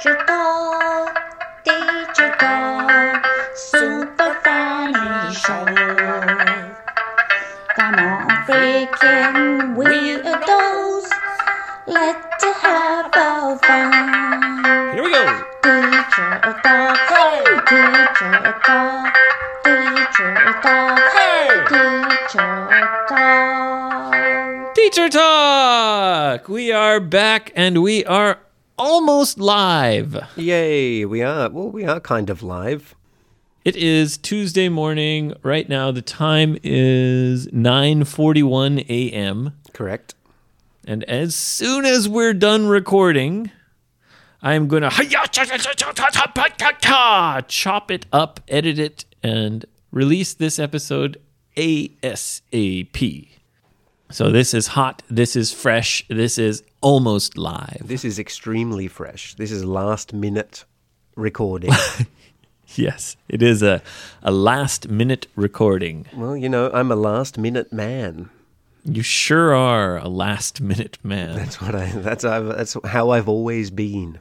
digital, digital, super funny show. Come on, freaking weirdos, let's have a fun. Here we go. Digital, hey, digital, digital, hey, digital. Teacher Talk! We are back and we are almost live. Yay, we are. Well, we are kind of live. It is Tuesday morning right now. The time is 9:41 a.m. Correct. and as soon as we're done recording, I'm going to chop it up, edit it and release this episode ASAP. So this is hot, this is fresh, this is almost live. This is extremely fresh. This is last minute recording. Yes, it is a, a last minute recording. well, you know, I'm a last minute man. You sure are a last minute man. That's what I that's I've, that's how I've always been.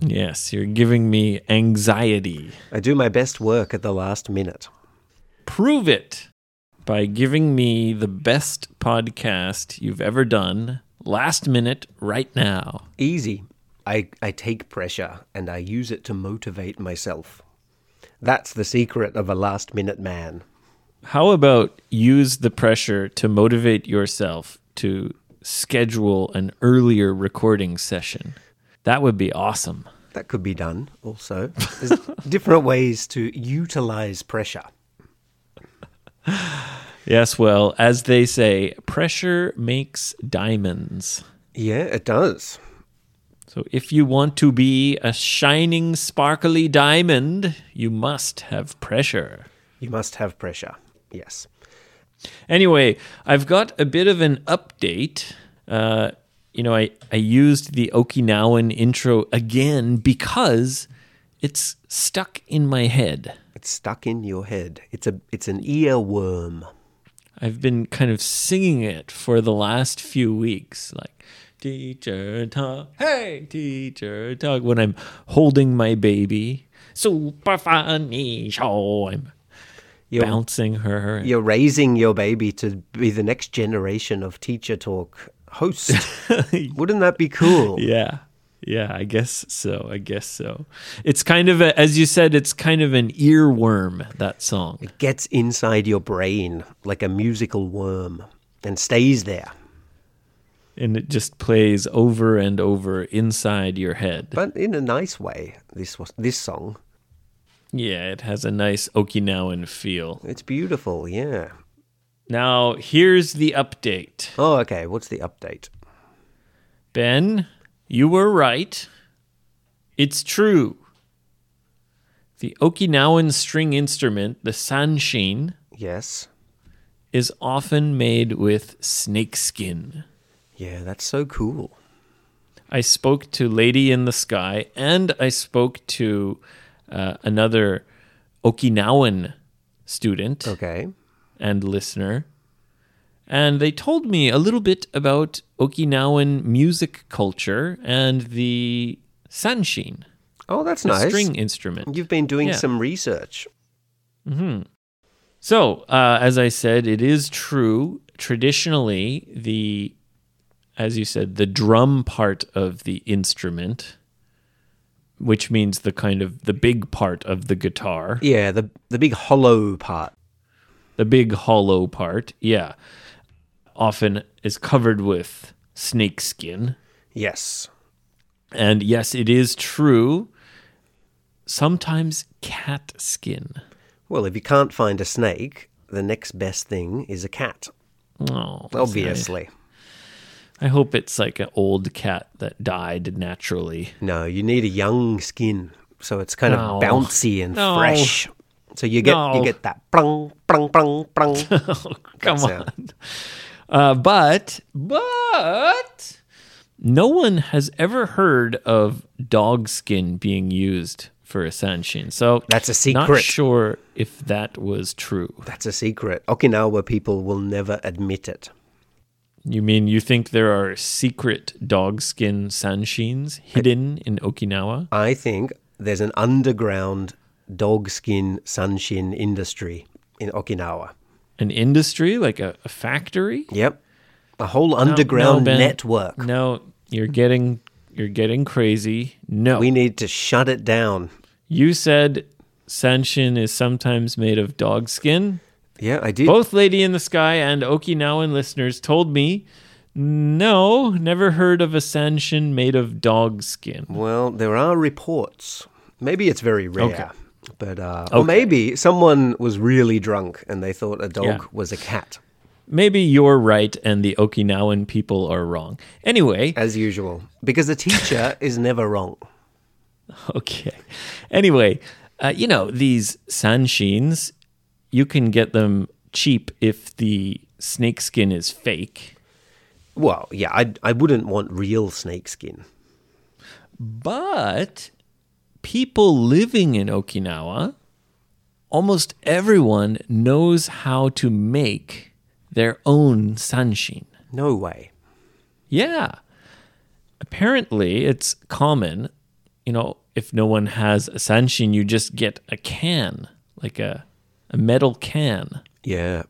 Yes, you're giving me anxiety. I do my best work at the last minute. Prove it by giving me the best podcast you've ever done, last minute, right now. Easy. I I take pressure and I use it to motivate myself. That's the secret of a last minute man. How about use the pressure to motivate yourself to schedule an earlier recording session? That would be awesome. That could be done also. There's different ways to utilize pressure. Yes, well, as they say, pressure makes diamonds. Yeah, it does. So if you want to be a shining, sparkly diamond, you must have pressure. You must have pressure. Yes. Anyway, I've got a bit of an update. Uh, you know, I, I used the Okinawan intro again because it's stuck in my head. It's stuck in your head. It's a it's an earworm. I've been kind of singing it for the last few weeks, like teacher talk, hey teacher talk, when I'm holding my baby. Super funny show. I'm You're bouncing her. you're raising your baby to be the next generation of teacher talk host. Wouldn't that be cool? Yeah. Yeah, I guess so. I guess so. It's kind of a, as you said, it's kind of an earworm, that song. It gets inside your brain like a musical worm and stays there. And it just plays over and over inside your head. But in a nice way, this was this song. Yeah, it has a nice Okinawan feel. It's beautiful, yeah. Now, here's the update. Oh, okay. What's the update? Ben, you were right. It's true. The Okinawan string instrument, the sanshin, Yes. is often made with snakeskin. Yeah, that's so cool. I spoke to Lady in the Sky and I spoke to uh, another Okinawan student Okay. and listener. And they told me a little bit about Okinawan music culture and the sanshin, Oh, that's the nice. string instrument. You've been doing Yeah. some research. Mm-hmm. So, uh, as I said, it is true. Traditionally, the, as you said, the drum part of the instrument, which means the kind of the big part of the guitar, Yeah, the the big hollow part. the big hollow part, yeah, often is covered with snakeskin. Yes. And yes, it is true. Sometimes cat skin. Well, if you can't find a snake, the next best thing is a cat, Oh, obviously. I hope it's like an old cat that died naturally. No, you need a young skin, so it's kind No. of bouncy and No. fresh. So you get No. you get that prong prong prong prong. Come sound. on. Uh, but, but no one has ever heard of dog skin being used for a sanshin. So That's a Not secret. sure if that was true. That's a secret. Okinawa people will never admit it. You mean you think there are secret dogskin sanshins hidden in Okinawa? I think there's an underground dogskin sunshin industry in Okinawa. An industry like a, a factory? Yep. A whole underground Ben. network. No, you're getting you're getting crazy. No. We need to shut it down. you said sanshin is sometimes made of dogskin. Yeah, I did. Both Lady in the Sky and Okinawan listeners told me, no, never heard of a sanshin made of dog skin. Well, there are reports. Maybe it's very rare. Okay. But uh, or maybe someone was really drunk and they thought a dog Yeah. was a cat, Maybe you're right and the Okinawan people are wrong. Anyway, as usual. Because a teacher is never wrong. okay. Anyway, uh, you know, these sanshins, you can get them cheap if the snakeskin is fake. Well, yeah, I, I wouldn't want real snake skin. But people living in Okinawa, almost everyone knows how to make their own sanshin. No way. Yeah. Apparently, it's common, you know, if no one has a sanshin, you just get a can, like a, a metal can, Yeah.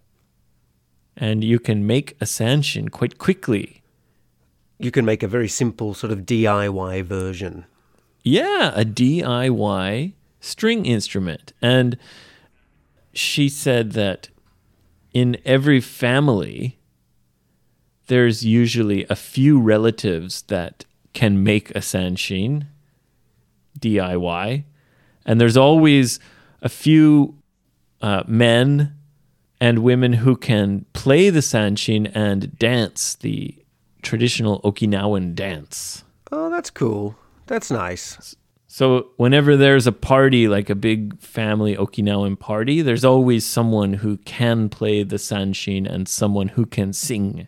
and you can make a sanshin quite quickly. You can make a very simple sort of DIY version. Yeah, a DIY string instrument. And she said that in every family, there's usually a few relatives that can make a sanshin DIY. And there's always a few uh, men and women who can play the sanshin and dance the traditional Okinawan dance. Oh, that's cool. That's nice. So whenever there's a party, like a big family Okinawan party, there's always someone who can play the sanshin and someone who can sing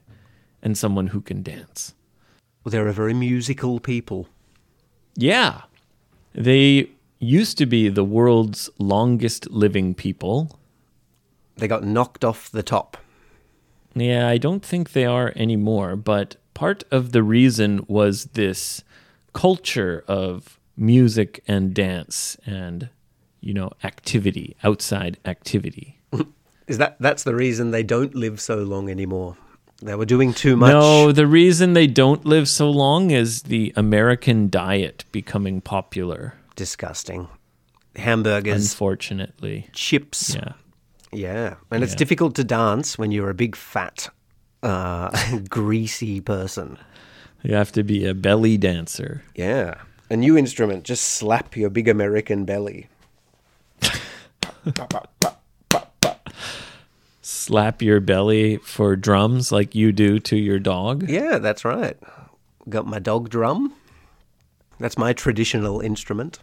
and someone who can dance. They're a very musical people. Yeah. They used to be the world's longest living people. They got knocked off the top. Yeah, I don't think they are anymore, but part of the reason was this culture of music and dance and you know, activity, outside activity. Is that that's the reason they don't live so long anymore? They were doing too much. No, the reason they don't live so long is the American diet becoming popular, Disgusting. Hamburgers, unfortunately. chips. Yeah. Yeah. And it's difficult to dance when you're a big fat uh, greasy person. You have to be a belly dancer. Yeah. A new instrument, just slap your big American belly. Slap your belly for drums like you do to your dog. Yeah, that's right. Got my dog drum. That's my traditional instrument.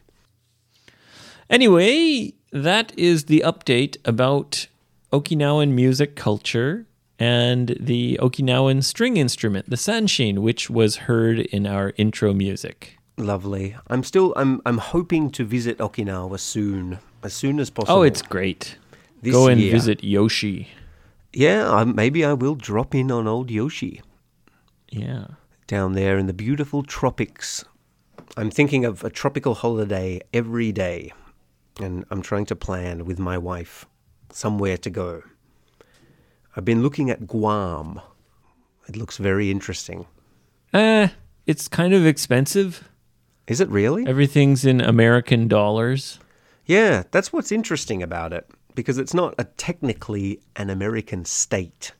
Anyway, that is the update about Okinawan music culture and the Okinawan string instrument, the sanshin, which was heard in our intro music. Lovely. I'm still I'm I'm hoping to visit Okinawa soon, as soon as possible. Oh, it's great. This Go and year. visit Yoshi. Yeah, I, maybe I will drop in on old Yoshi Yeah. down there in the beautiful tropics. I'm thinking of a tropical holiday every day, and I'm trying to plan with my wife somewhere to go. I've been looking at Guam. It looks very interesting. Eh, it's kind of expensive. Is it really? Everything's in American dollars. Yeah, that's what's interesting about it because it's not a technically an American state.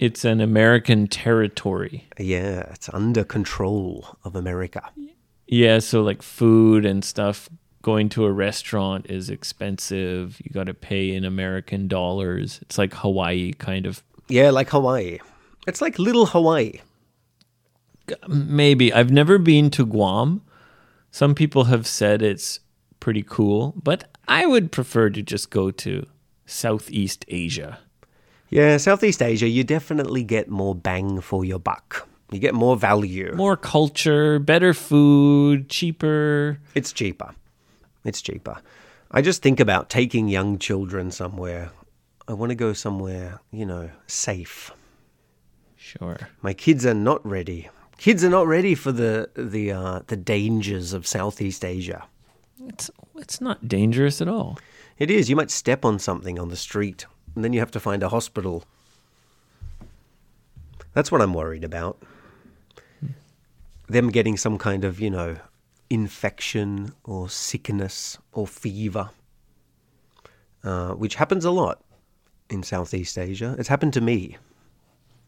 It's an American territory. Yeah, it's under control of America. Yeah, so like food and stuff, going to a restaurant is expensive. You got to pay in American dollars. It's like Hawaii kind of. Yeah, like Hawaii. It's like little Hawaii. Maybe. I've never been to Guam. Some people have said it's pretty cool, but I would prefer to just go to Southeast Asia. Yeah, Southeast Asia, you definitely get more bang for your buck. You get more value. More culture, better food, cheaper. It's cheaper. It's cheaper. I just think about taking young children somewhere. I want to go somewhere, you know, safe. Sure. My kids are not ready. Kids are not ready for the the uh, the dangers of Southeast Asia. It's it's not dangerous at all. It is. You might step on something on the street, and then you have to find a hospital. That's what I'm worried about. Them getting some kind of, you know, infection or sickness or fever, uh, which happens a lot in Southeast Asia. It's happened to me.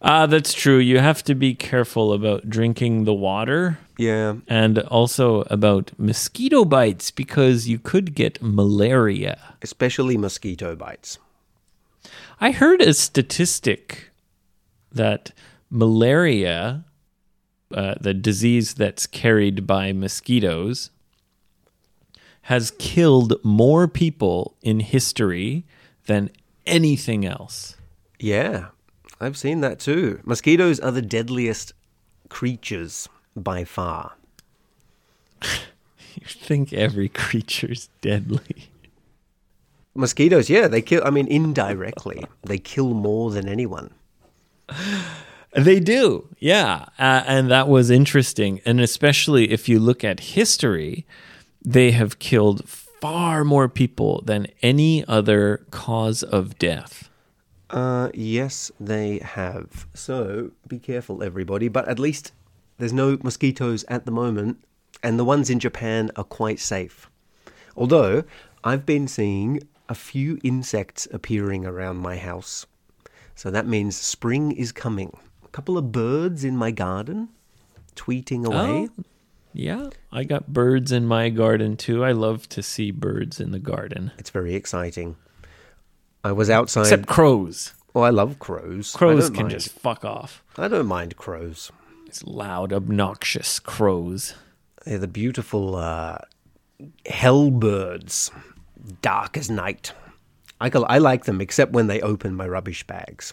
Ah, that's true. You have to be careful about drinking the water Yeah. and also about mosquito bites because you could get malaria. Especially mosquito bites. I heard a statistic that malaria, uh, the disease that's carried by mosquitoes, has killed more people in history than anything else. Yeah, I've seen that too. Mosquitoes are the deadliest creatures by far. You think every creature's deadly. Mosquitoes, yeah, they kill, I mean, indirectly, they kill more than anyone. They do, yeah. Uh, and that was interesting. And especially if you look at history, they have killed far more people than any other cause of death. Uh, yes, they have. So be careful, everybody. But at least there's no mosquitoes at the moment, and the ones in Japan are quite safe. Although I've been seeing a few insects appearing around my house. So that means spring is coming. A couple of birds in my garden tweeting away. Oh, yeah. I got birds in my garden too. I love to see birds in the garden, It's very exciting. I was outside. except crows. oh, I love crows. I Crows don't can mind- just fuck off. I don't mind crows. It's loud, obnoxious crows. They're the beautiful uh, hellbirds, dark as night. I, col- I like them, except when they open my rubbish bags.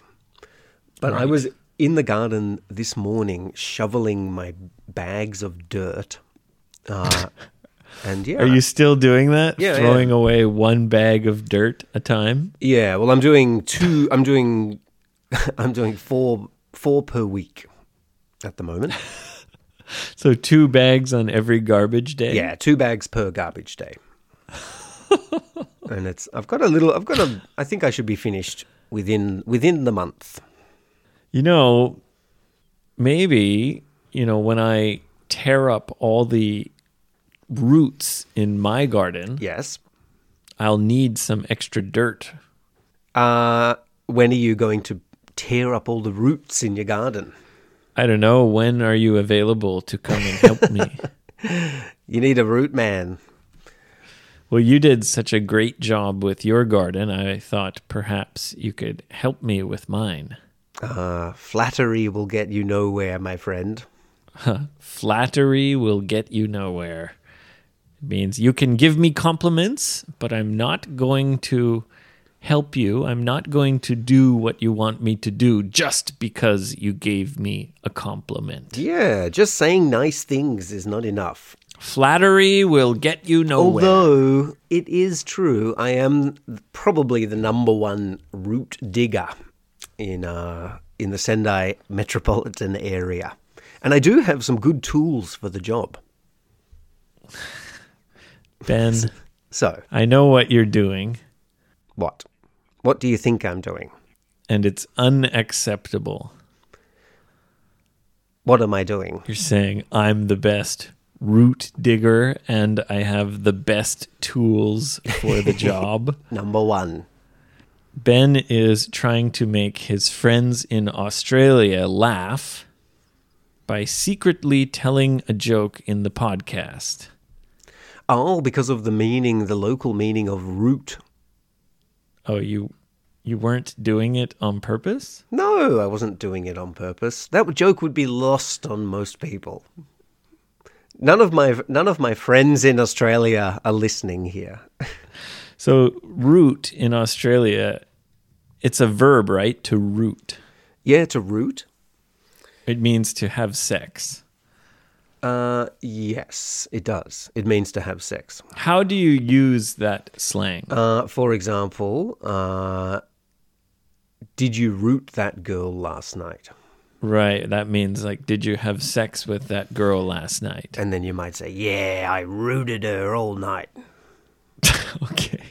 But I was in the garden this morning shoveling my bags of dirt. Uh, and yeah. Are you still doing that? Yeah, Throwing yeah. away one bag of dirt a time? Yeah, well, I'm doing two. I'm doing, I'm doing four, four per week, at the moment. So two bags on every garbage day? Yeah, two bags per garbage day. and it's I've got a little I've got a I think I should be finished within within the month. You know, maybe, you know, when I tear up all the roots in my garden, Yes. I'll need some extra dirt. Uh when are you going to tear up all the roots in your garden? I don't know. When are you available to come and help me? You need a root man. Well, you did such a great job with your garden. I thought perhaps you could help me with mine. Uh flattery will get you nowhere, my friend. Flattery will get you nowhere. It means you can give me compliments, but I'm not going to help you. I'm not going to do what you want me to do just because you gave me a compliment. Yeah, just saying nice things is not enough. Flattery will get you nowhere. Although it is true, I am probably the number one root digger in uh, in the Sendai metropolitan area, and I do have some good tools for the job. ben, So, I know what you're doing, what? What do you think I'm doing? and it's unacceptable. What am I doing? You're saying I'm the best root digger and I have the best tools for the job. Number one. Ben is trying to make his friends in Australia laugh by secretly telling a joke in the podcast. Oh, because of the meaning, the local meaning of root. Oh, you you weren't doing it on purpose? No, I wasn't doing it on purpose. That joke would be lost on most people. None of my none of my friends in Australia are listening here. So, root in Australia, it's a verb, right? To root. Yeah, to root. It means to have sex. Uh, yes, it does. It means to have sex. How do you use that slang? Uh, for example, uh, did you root that girl last night? Right. That means like, did you have sex with that girl last night? And then you might say, Yeah, I rooted her all night. okay.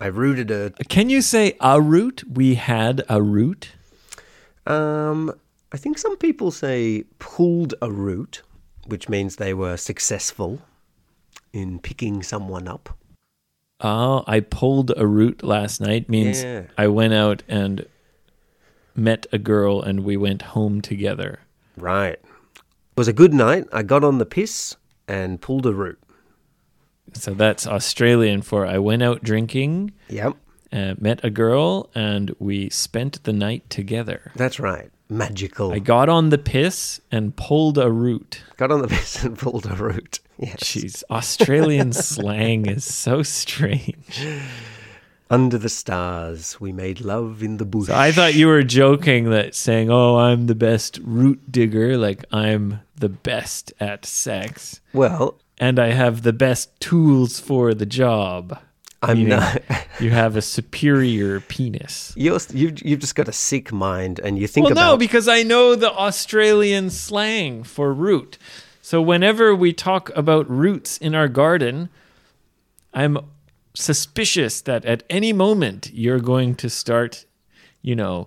I rooted her. Can you say a root? We had a root. Um, I think some people say pulled a root, which means they were successful in picking someone up. Oh, I pulled a root last night means Yeah. I went out and met a girl and we went home together. Right. It was a good night. I got on the piss and pulled a root. So that's Australian for I went out drinking, Yep. uh, met a girl, and we spent the night together. That's right. Magical. I got on the piss and pulled a root. got on the piss and pulled a root. Yes. Jeez, Australian slang is so strange. Under the stars, we made love in the bush. I thought you were joking that saying, "Oh, I'm the best root digger," like I'm the best at sex Well, and I have the best tools for the job. I'm Meaning not. you have a superior penis. You're, you've, you've just got a sick mind, and you think Well, about no, because I know the Australian slang for root. So whenever we talk about roots in our garden, I'm suspicious that at any moment you're going to start, you know,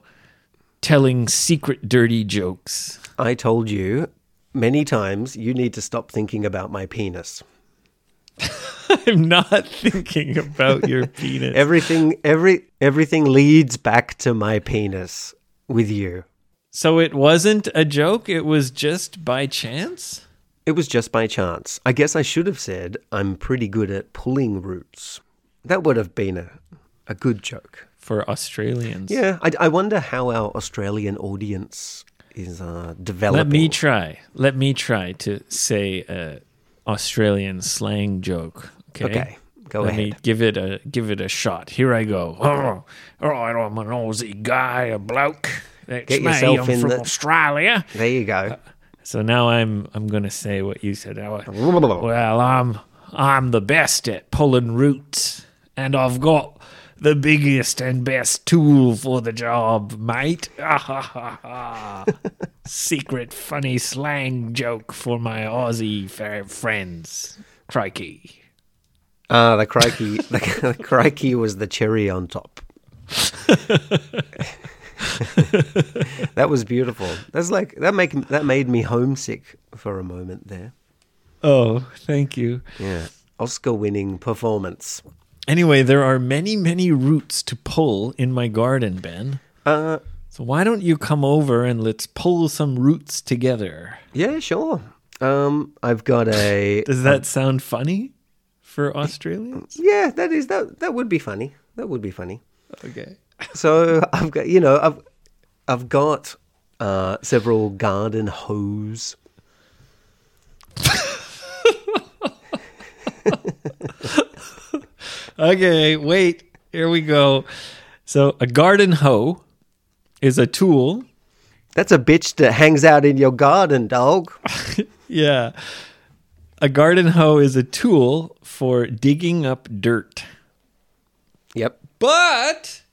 telling secret dirty jokes. I told you many times you need to stop thinking about my penis. I'm not thinking about your penis. Everything, every everything leads back to my penis with you. so it wasn't a joke, it was just by chance? It was just by chance. I guess I should have said I'm pretty good at pulling roots. That would have been a, a good joke. For Australians. Yeah, I, I wonder how our Australian audience is uh, developing. Let me try. Let me try to say a Australian slang joke. Okay. Okay, go Let ahead. me give it a give it a shot. Here I go. Oh, oh I'm a nosy guy, a bloke. That's Get me. yourself I'm in from the- Australia. There you Uh, go. So now I'm I'm gonna say what you said. Oh, Well, I'm I'm the best at pulling roots, and I've got the biggest and best tool for the job, mate. Secret funny slang joke for my Aussie fair friends. Crikey. Ah, the crikey, the, the crikey was the cherry on top. that was beautiful. That's like that make that made me homesick for a moment there. Oh, thank you. Yeah, Oscar-winning performance. Anyway, there are many, many roots to pull in my garden, Ben. Uh, So why don't you come over and let's pull some roots together? yeah, sure. Um, I've got a Does that sound funny for Australians? yeah. That is that that would be funny. That would be funny. Okay. So I've got you know I've I've got uh, several garden hose. Okay, wait. Here we go. So, a garden hoe is a tool. That's a bitch that hangs out in your garden, dog. Yeah. A garden hoe is a tool for digging up dirt. Yep. But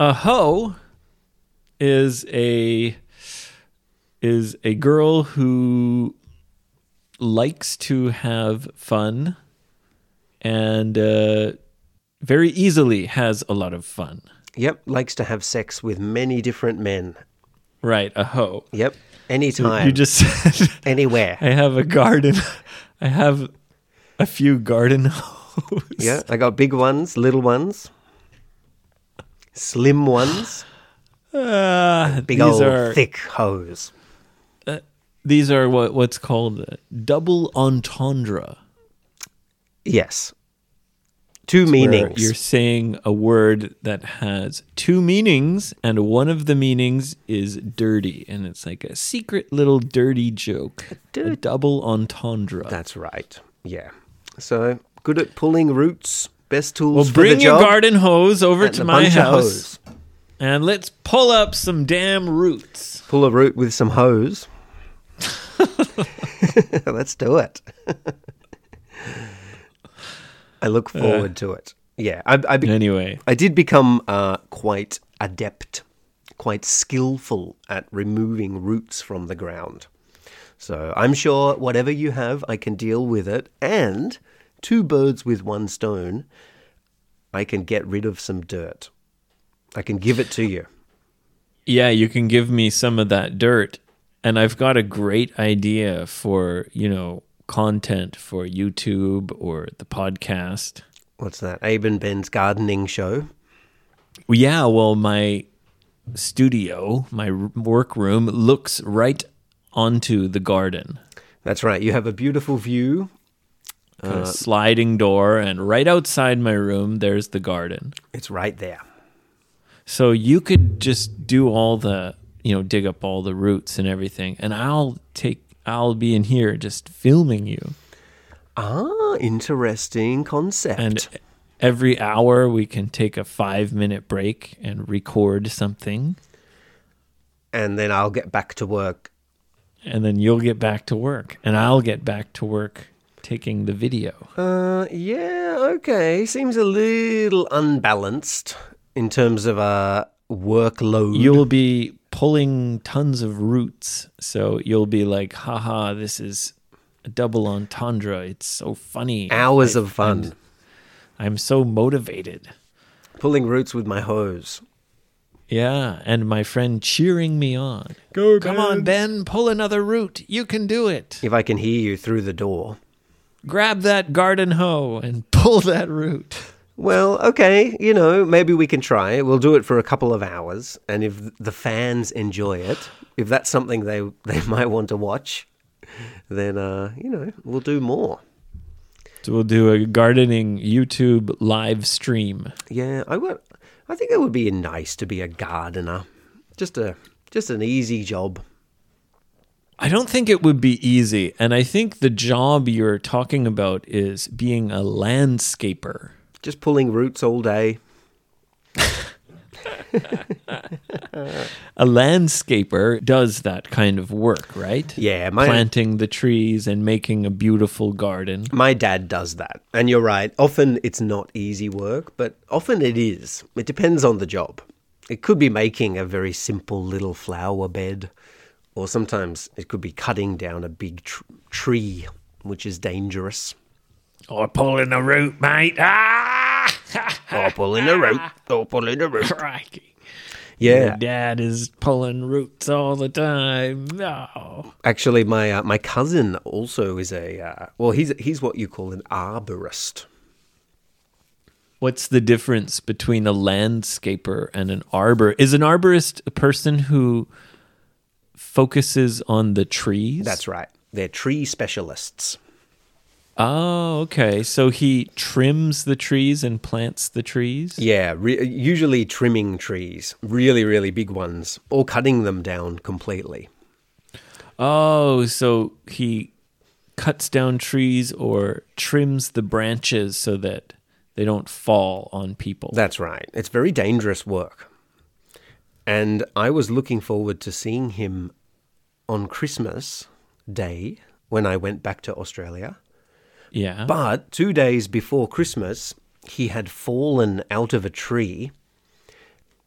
a hoe is a is a girl who likes to have fun and uh, very easily has a lot of fun. Yep. Likes to have sex with many different men. Right, a hoe. Yep. You- Anytime. You just said anywhere. I have a garden. I have a few garden hoes. Yeah. I got big ones, little ones, slim ones, Ah, big these old are thick hose. these are what what's called a double entendre. Yes. Two where meanings. You're saying a word that has two meanings, and one of the meanings is dirty, and it's like a secret little dirty joke. A double entendre. That's right. Yeah. So good at pulling roots. Best tools well, for bring the your job. garden hose over and to a my bunch of house, hose. and let's pull up some damn roots. Pull a root with some hose. Let's do it. I look forward to it. Yeah, I, I, be- Anyway, I did become uh, quite adept, quite skillful at removing roots from the ground. So I'm sure whatever you have, I can deal with it. And two birds with one stone, I can get rid of some dirt. I can give it to you. yeah, you can give me some of that dirt, and I've got a great idea for you know content for YouTube or the podcast. What's that? Abe and Ben's gardening show. Well, Yeah, well, my studio, my r- workroom looks right onto the garden. That's right. You have a beautiful view. Kind of sliding door, and right outside my room, there's the garden. It's right there. So you could just do all the, you know, dig up all the roots and everything, and I'll take, I'll be in here just filming you. Ah, interesting concept. And every hour, we can take a five minute break and record something, and then I'll get back to work. and then you'll get back to work, and I'll get back to work taking the video. Uh, yeah, okay. Seems a little unbalanced in terms of uh, workload. you'll be pulling tons of roots so you'll be like haha this is a double entendre it's so funny hours of fun i'm so motivated pulling roots with my hose. yeah and my friend cheering me on Go, come on ben pull another root you can do it If I can hear you through the door. grab that garden hoe and pull that root Well, okay, you know, maybe we can try. We'll do it for a couple of hours, and if the fans enjoy it, if that's something they they might want to watch, then uh, you know, we'll do more. so we'll do a gardening youtube live stream Yeah, I would. I think it would be nice to be a gardener. Just a just an easy job. I don't think it would be easy. And I think the job you're talking about is being a landscaper. Just pulling roots all day. A landscaper does that kind of work, right? Yeah, my Planting the trees and making a beautiful garden. my dad does that. And you're right. Often it's not easy work, but often it is. It depends on the job. It could be making a very simple little flower bed, or sometimes it could be cutting down a big tr- tree, which is dangerous. Or pulling a root, mate. Ah! Or pulling a rope. Or pulling a rope. Crikey. Yeah. Dad is pulling roots all the time. No. Actually, my uh, my cousin also is a uh, well. He's he's what you call an arborist. What's the difference between a landscaper and an arbor? Is an arborist a person who focuses on the trees? That's right. They're tree specialists. Oh, okay. So he trims the trees and plants the trees? Yeah, re- usually trimming trees, really really big ones, or cutting them down completely. Oh, so he cuts down trees or trims the branches so that they don't fall on people. That's right. It's very dangerous work. And I was looking forward to seeing him on Christmas Day when I went back to Australia. yeah. But two days before Christmas, he had fallen out of a tree.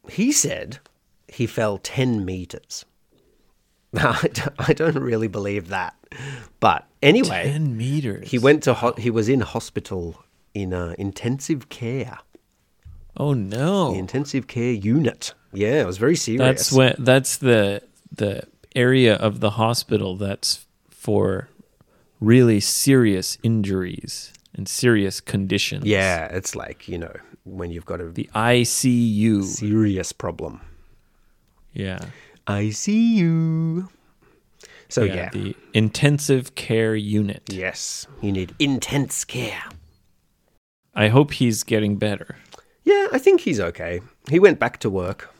He said he fell 10 meters. Now, I don't- I don't really believe that. But anyway, 10 meters. he went to ho- he was in hospital in uh, intensive care, Oh no. the intensive care unit. Yeah, it was very serious. that's when that's the the area of the hospital that's for really serious injuries and serious conditions. yeah, it's like, you know, when you've got a The ICU. serious problem. Yeah. I see you. So yeah, Oh, yeah. the intensive care unit. Yes, you need intense care. I hope he's getting better. Yeah, I think he's okay. He went back to work,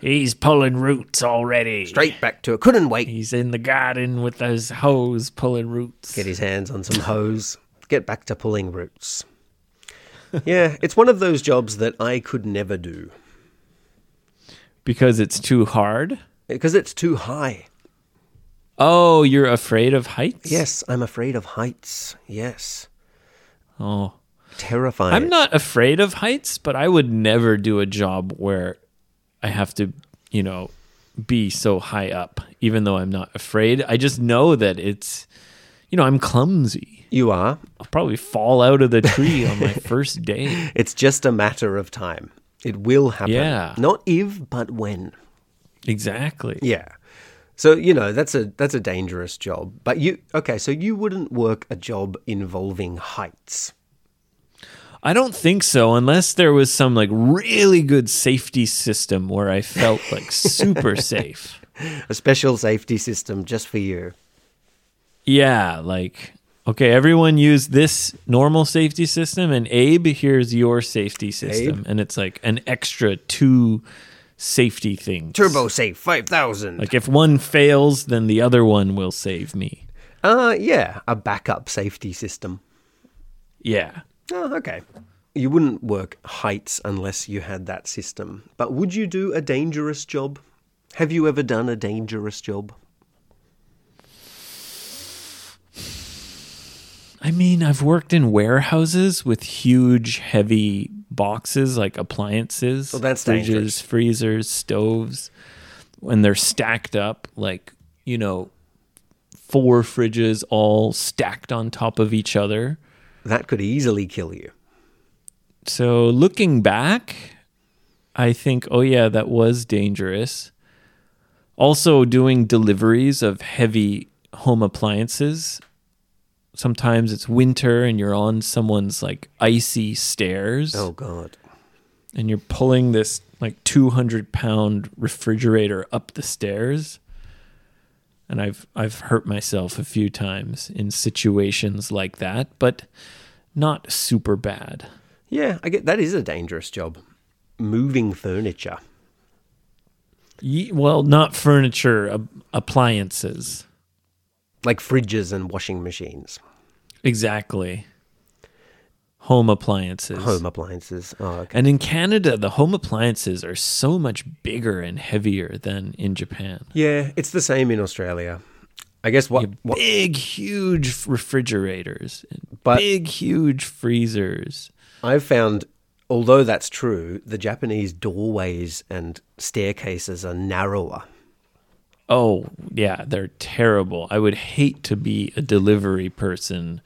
He's pulling roots already. straight back to it. Couldn't wait. He's in the garden with those hoes pulling roots. Get his hands on some hose. Get back to pulling roots. Yeah, it's one of those jobs that I could never do Because it's too hard? because it's too high. Oh, you're afraid of heights? Yes, I'm afraid of heights. Yes, Oh. terrifying. I'm not afraid of heights, but I would never do a job where I have to, you know, be so high up, even though I'm not afraid. I just know that it's, you know, I'm clumsy. You are. I'll probably fall out of the tree on my first day. It's just a matter of time. It will happen. Yeah. Not if, but when. Exactly. Yeah. So you know that's a that's a dangerous job. But you okay? So you wouldn't work a job involving heights. I don't think so, unless there was some like really good safety system where I felt like super safe. A special safety system just for you. Yeah, like okay, everyone use this normal safety system, and Abe, here's your safety system, and it's like an extra two safety things. Turbo safe five thousand. Like if one fails, then the other one will save me. Uh yeah, a backup safety system. Yeah. Oh, okay. You wouldn't work heights unless you had that system. But would you do a dangerous job? Have you ever done a dangerous job? I mean, I've worked in warehouses with huge, heavy boxes like appliances, Well, that's fridges, dangerous. freezers, stoves, when they're stacked up like you know, four fridges all stacked on top of each other. That could easily kill you. So looking back, I think, oh yeah, that was dangerous. Also, doing deliveries of heavy home appliances. Sometimes it's winter and you're on someone's like icy stairs Oh god. and you're pulling this like 200 pound refrigerator up the stairs. And I've I've hurt myself a few times in situations like that, but not super bad. Yeah, I get that is a dangerous job. Moving furniture. Ye- well, not furniture, a- appliances. Like fridges and washing machines. Exactly. Home appliances. Home appliances. Oh, okay. And in Canada, the home appliances are so much bigger and heavier than in Japan. Yeah, it's the same in Australia. I guess what, what Big, huge refrigerators, and But- big, huge freezers. I've found, although that's true, the Japanese doorways and staircases are narrower. Oh, yeah, they're terrible. I would hate to be a delivery person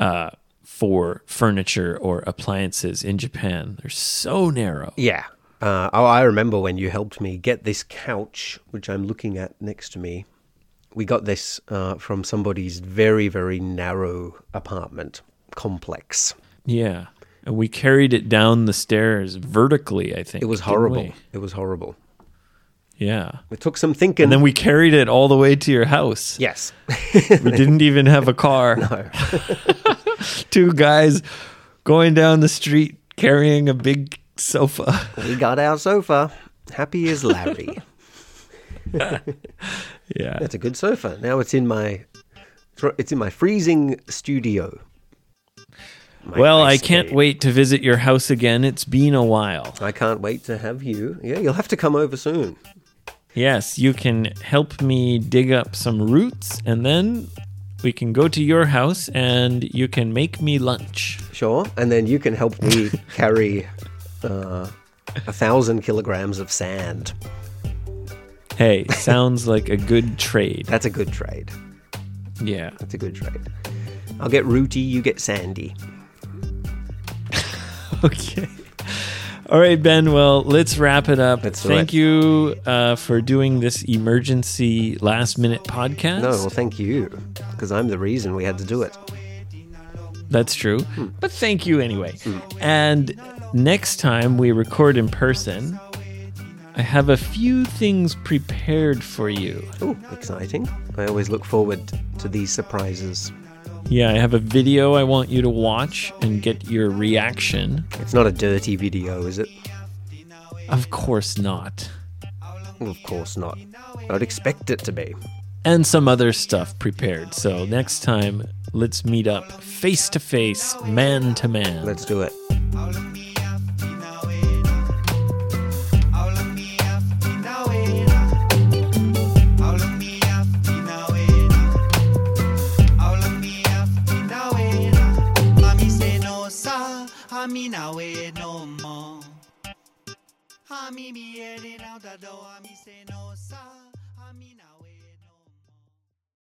uh, for furniture or appliances in Japan. They're so narrow. Yeah. Uh, oh, I remember when you helped me get this couch, which I'm looking at next to me. We got this uh, from somebody's very, very narrow apartment complex. Yeah. And we carried it down the stairs vertically, I think. It was didn't horrible. we? It was horrible. Yeah. It took some thinking. And then we carried it all the way to your house. yes. We didn't even have a car. No. Two guys going down the street carrying a big sofa. we got our sofa. Happy as Larry. Yeah. That's a good sofa. Now it's in my it's in my freezing studio. My Well, I ice can't cave. wait to visit your house again. It's been a while. I can't wait to have you. Yeah, you'll have to come over soon. Yes, you can help me dig up some roots and then we can go to your house and you can make me lunch. Sure. And then you can help me carry uh, a thousand kilograms of sand. Hey, sounds like a good trade. That's a good trade. Yeah. That's a good trade. I'll get rooty, you get sandy. Okay. All right, Ben. Well, let's wrap it up. Let's do Thank it. you uh, for doing this emergency last minute podcast. No, well, thank you, because I'm the reason we had to do it. That's true. Hmm. But thank you anyway. And next time we record in person, I have a few things prepared for you. Oh, exciting. I always look forward to these surprises. Yeah, I have a video I want you to watch and get your reaction. It's not a dirty video, is it? Of course not. Well, of course not. I'd expect it to be. and some other stuff prepared. So next time, let's meet up face to face, man to man. Let's do it. no more. あみ見えりな歌どあみせの